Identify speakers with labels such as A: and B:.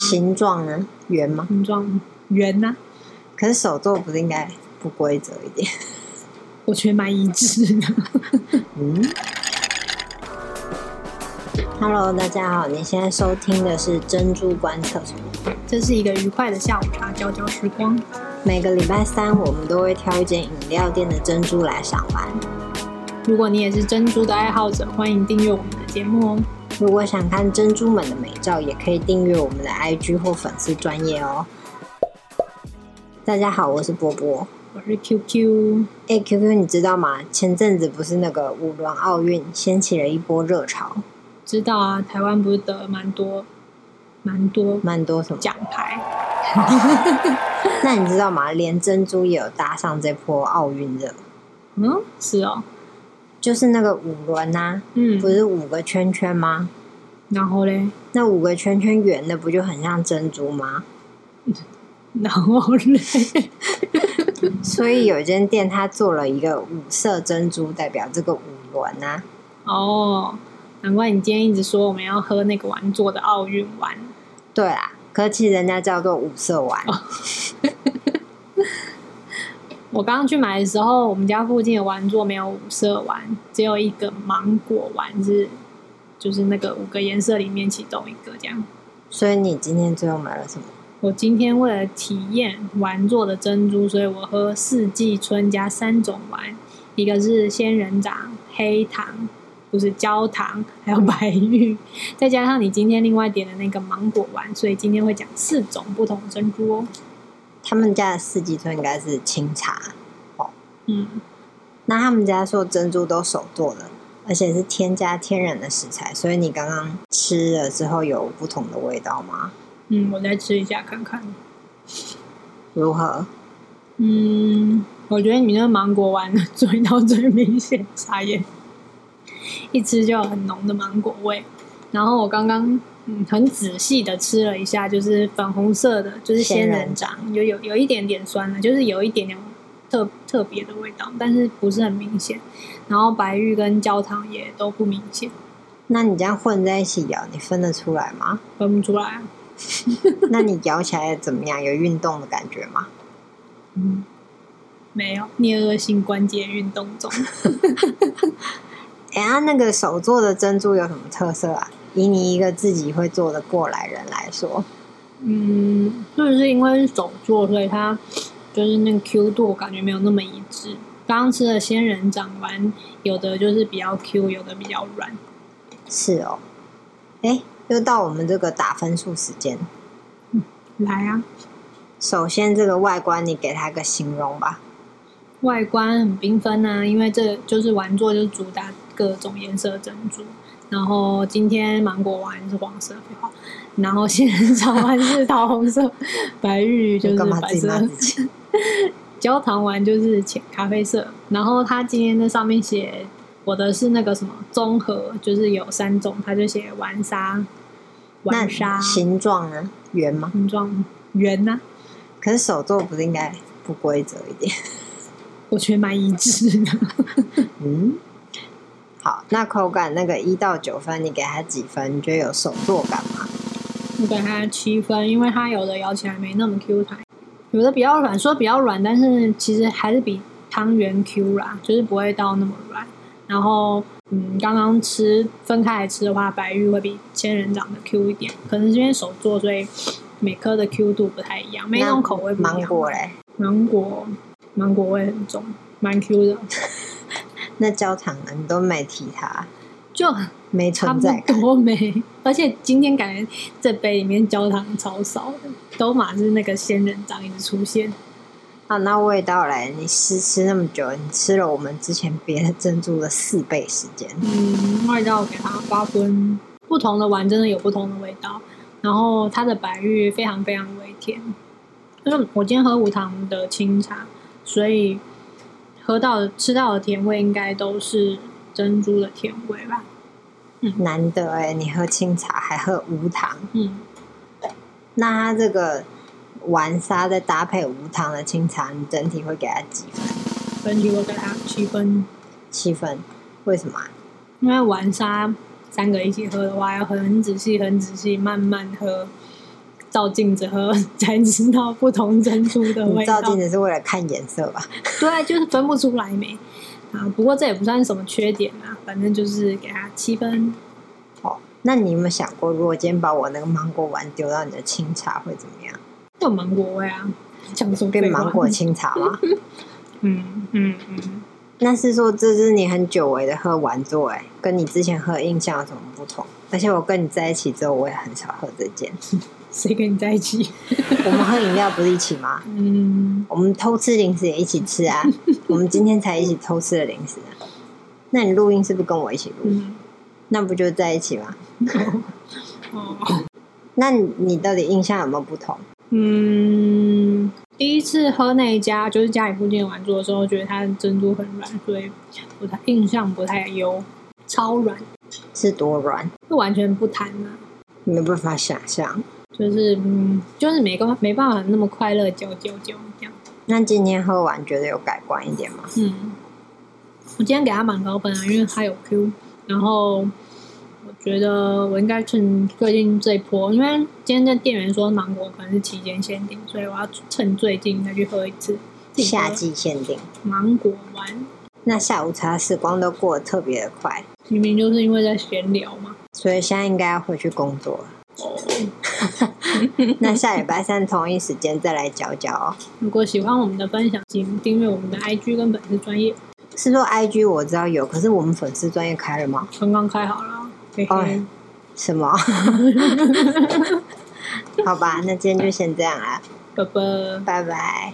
A: 形状呢？圆吗？
B: 形状圆呐、
A: 可是手作不是应该不规则一点？
B: 我觉得蛮一致的。
A: 嗯。Hello，大家好，你现在收听的是珍珠观测所。
B: 这是一个愉快的下午茶，交交时光。
A: 每个礼拜三，我们都会挑一间饮料店的珍珠来赏玩。
B: 如果你也是珍珠的爱好者，欢迎订阅我们的节目哦。
A: 如果想看珍珠们的美照，也可以订阅我们的 IG 或粉丝专业哦。大家好，我是波波。
B: 我是 QQ，
A: 哎、q q 你知道吗？前阵子不是那个五轮奥运掀起了一波热潮，
B: 知道啊，台湾不是得了蛮多蛮多
A: 蛮多什么？
B: 奖牌，
A: 那你知道吗？连珍珠也有搭上这波奥运热，
B: 嗯，是哦，
A: 就是那个五轮啊，
B: 嗯
A: 不，是五个圈圈吗？
B: 然后嘞，
A: 那五个圈圈圆的不就很像珍珠吗？
B: 然后嘞，
A: 所以有一间店它做了一个五色珍珠，代表这个五轮啊。
B: 哦，难怪你今天一直说我们要喝那个玩做的奥运丸，
A: 对啦，可其实人家叫做五色丸，
B: 我刚刚去买的时候，我们家附近的玩座没有五色丸，只有一个芒果丸是，就是那个五个颜色里面其中一个这样。
A: 所以你今天最后买了什么？
B: 我今天为了体验玩做的珍珠，所以我喝四季春加三种丸，一个是仙人掌、黑糖，不是焦糖，还有白玉，再加上你今天另外点的那个芒果丸，所以今天会讲四种不同的珍珠哦。
A: 他们家的四季春应该是清茶，
B: 嗯，
A: 那他们家说珍珠都手做的，而且是添加天然的食材，所以你刚刚吃了之后有不同的味道吗？
B: 嗯，我再吃一下看看。
A: 如何？
B: 嗯，我觉得你那个芒果丸的味道最明显，傻眼，一吃就有很浓的芒果味。然后我刚刚嗯很仔细的吃了一下，就是粉红色的，就是仙人掌，有有有一点点酸了，就是有一点点特特别的味道，但是不是很明显。然后白玉跟焦糖也都不明显，
A: 那你这样混在一起咬，你分得出来 吗？
B: 分不出来啊。
A: 那你咬起来怎么样？有运动的感觉吗？
B: 嗯，没有颞颌性关节运动中。
A: 哎、呀，那个手做的珍珠有什么特色啊？以你一个自己会做的过来人来说，
B: 嗯，就是因为是手做，所以它就是那个 Q 度我感觉没有那么一致。刚刚吃的仙人掌丸，有的就是比较 Q，有的比较软。
A: 是哦。哎、又到我们这个打分数时间。
B: 来啊，
A: 首先，这个外观你给它个形容吧。
B: 外观很缤纷啊，因为这就是丸座就是主打各种颜色的珍珠。然后今天芒果丸是黄色， 废话。然后仙人掌丸是桃红色，白玉就
A: 你
B: 是
A: 干嘛
B: 白
A: 自己骂
B: 色
A: 自。己？
B: 焦糖丸就是浅咖啡色，然后它今天在上面写我的是那个什么综合，就是有三种，它就写玩沙、
A: 那
B: 玩沙
A: 形状呢？圆吗？
B: 形状圆啊呐、
A: 可是手做不是应该不规则一点？
B: 我觉得蛮一致的。
A: 嗯，好，那口感那个一到九分，你给它几分？你觉得有手作感吗？
B: 我给它七分，因为它有的咬起来没那么 Q 弹，有的比较软，说比较软，但是其实还是比汤圆 Q 啦，就是不会到那么软。然后，嗯，刚刚吃分开来吃的话，白玉会比仙人掌的 Q 一点，可能是因为手做，所以每颗的 Q 度不太一样，每种口味不一
A: 那
B: 样。
A: 芒果，嘞？
B: 芒果，芒果味很重，蛮 Q 的，
A: 那焦糖呢？你都没提它，
B: 就
A: 没
B: 差
A: 存
B: 不
A: 在感。
B: 多没。而且今天感觉这杯里面焦糖超少的，都马是那个仙人掌一直出现。
A: 好，那味道嘞？你试吃那么久，你吃了我们之前别的珍珠的四倍时间。
B: 嗯，味道给它八分。不同的碗真的有不同的味道，然后它的白玉非常非常微甜。就是我今天喝无糖的清茶，所以喝到的吃到的甜味应该都是珍珠的甜味吧。
A: 难得哎、你喝清茶还喝无糖，
B: 嗯，
A: 那它这个玩沙再搭配无糖的清茶，你整体会给它几分？
B: 整体我给它七分，
A: 七分，为什么啊？
B: 因为玩沙三个一起喝的话，要很仔细、很仔细、慢慢喝，照镜子喝，才知道不同珍珠的味
A: 你
B: 道
A: 照。镜子是为了看颜色吧？
B: 对，啊就是分不出来没啊。不过这也不算什么缺点啊，反正就是给它七分。
A: 哦，那你有没有想过，如果今天把我那个芒果碗丢到你的清茶会怎么样？
B: 有芒果味啊，讲什么
A: 变
B: 废话
A: 芒果？清茶吗？
B: 嗯嗯嗯，
A: 那是说这是你很久违的喝完座，哎，跟你之前喝印象有什么不同？而且我跟你在一起之后，我也很少喝这件。
B: 谁跟你在一起？
A: 我们喝饮料不是一起吗？
B: 嗯，
A: 我们偷吃零食也一起吃啊。我们今天才一起偷吃了零食、啊。那你录音是不是跟我一起录？
B: 嗯
A: 那不就在一起吗？
B: 哦，
A: 那你到底印象有没有不同？
B: 嗯，第一次喝那一家就是家里附近的玩桌的时候，觉得它的珍珠很软，所以不太印象不太优，超软，
A: 是多软，
B: 就完全不弹啊。
A: 没办法想象。
B: 就是嗯，就是没办没办法那么快乐嚼嚼嚼这样。
A: 那今天喝完觉得有改观一点吗？
B: 嗯，我今天给他蛮高分啊，因为他有 Q，然后我觉得我应该趁最近这一波，因为今天的店员说芒果可能是期间限定，所以我要趁最近再去喝一次。自己喝
A: 夏季限定。
B: 芒果丸，
A: 那下午茶时光都过得特别的快，
B: 明明就是因为在闲聊嘛。哦
A: 所以现在应该要回去工作了。 那下礼拜三同一时间再来讲讲哦。
B: 如果喜欢我们的分享，请订阅我们的 IG 跟粉丝专业，
A: 是说 IG 我知道有，可是我们粉丝专业开了吗？
B: 刚刚开好了啊，嘿嘿
A: 哎，什么？ 好吧，那今天就先这样啦，
B: 拜拜。
A: 拜拜。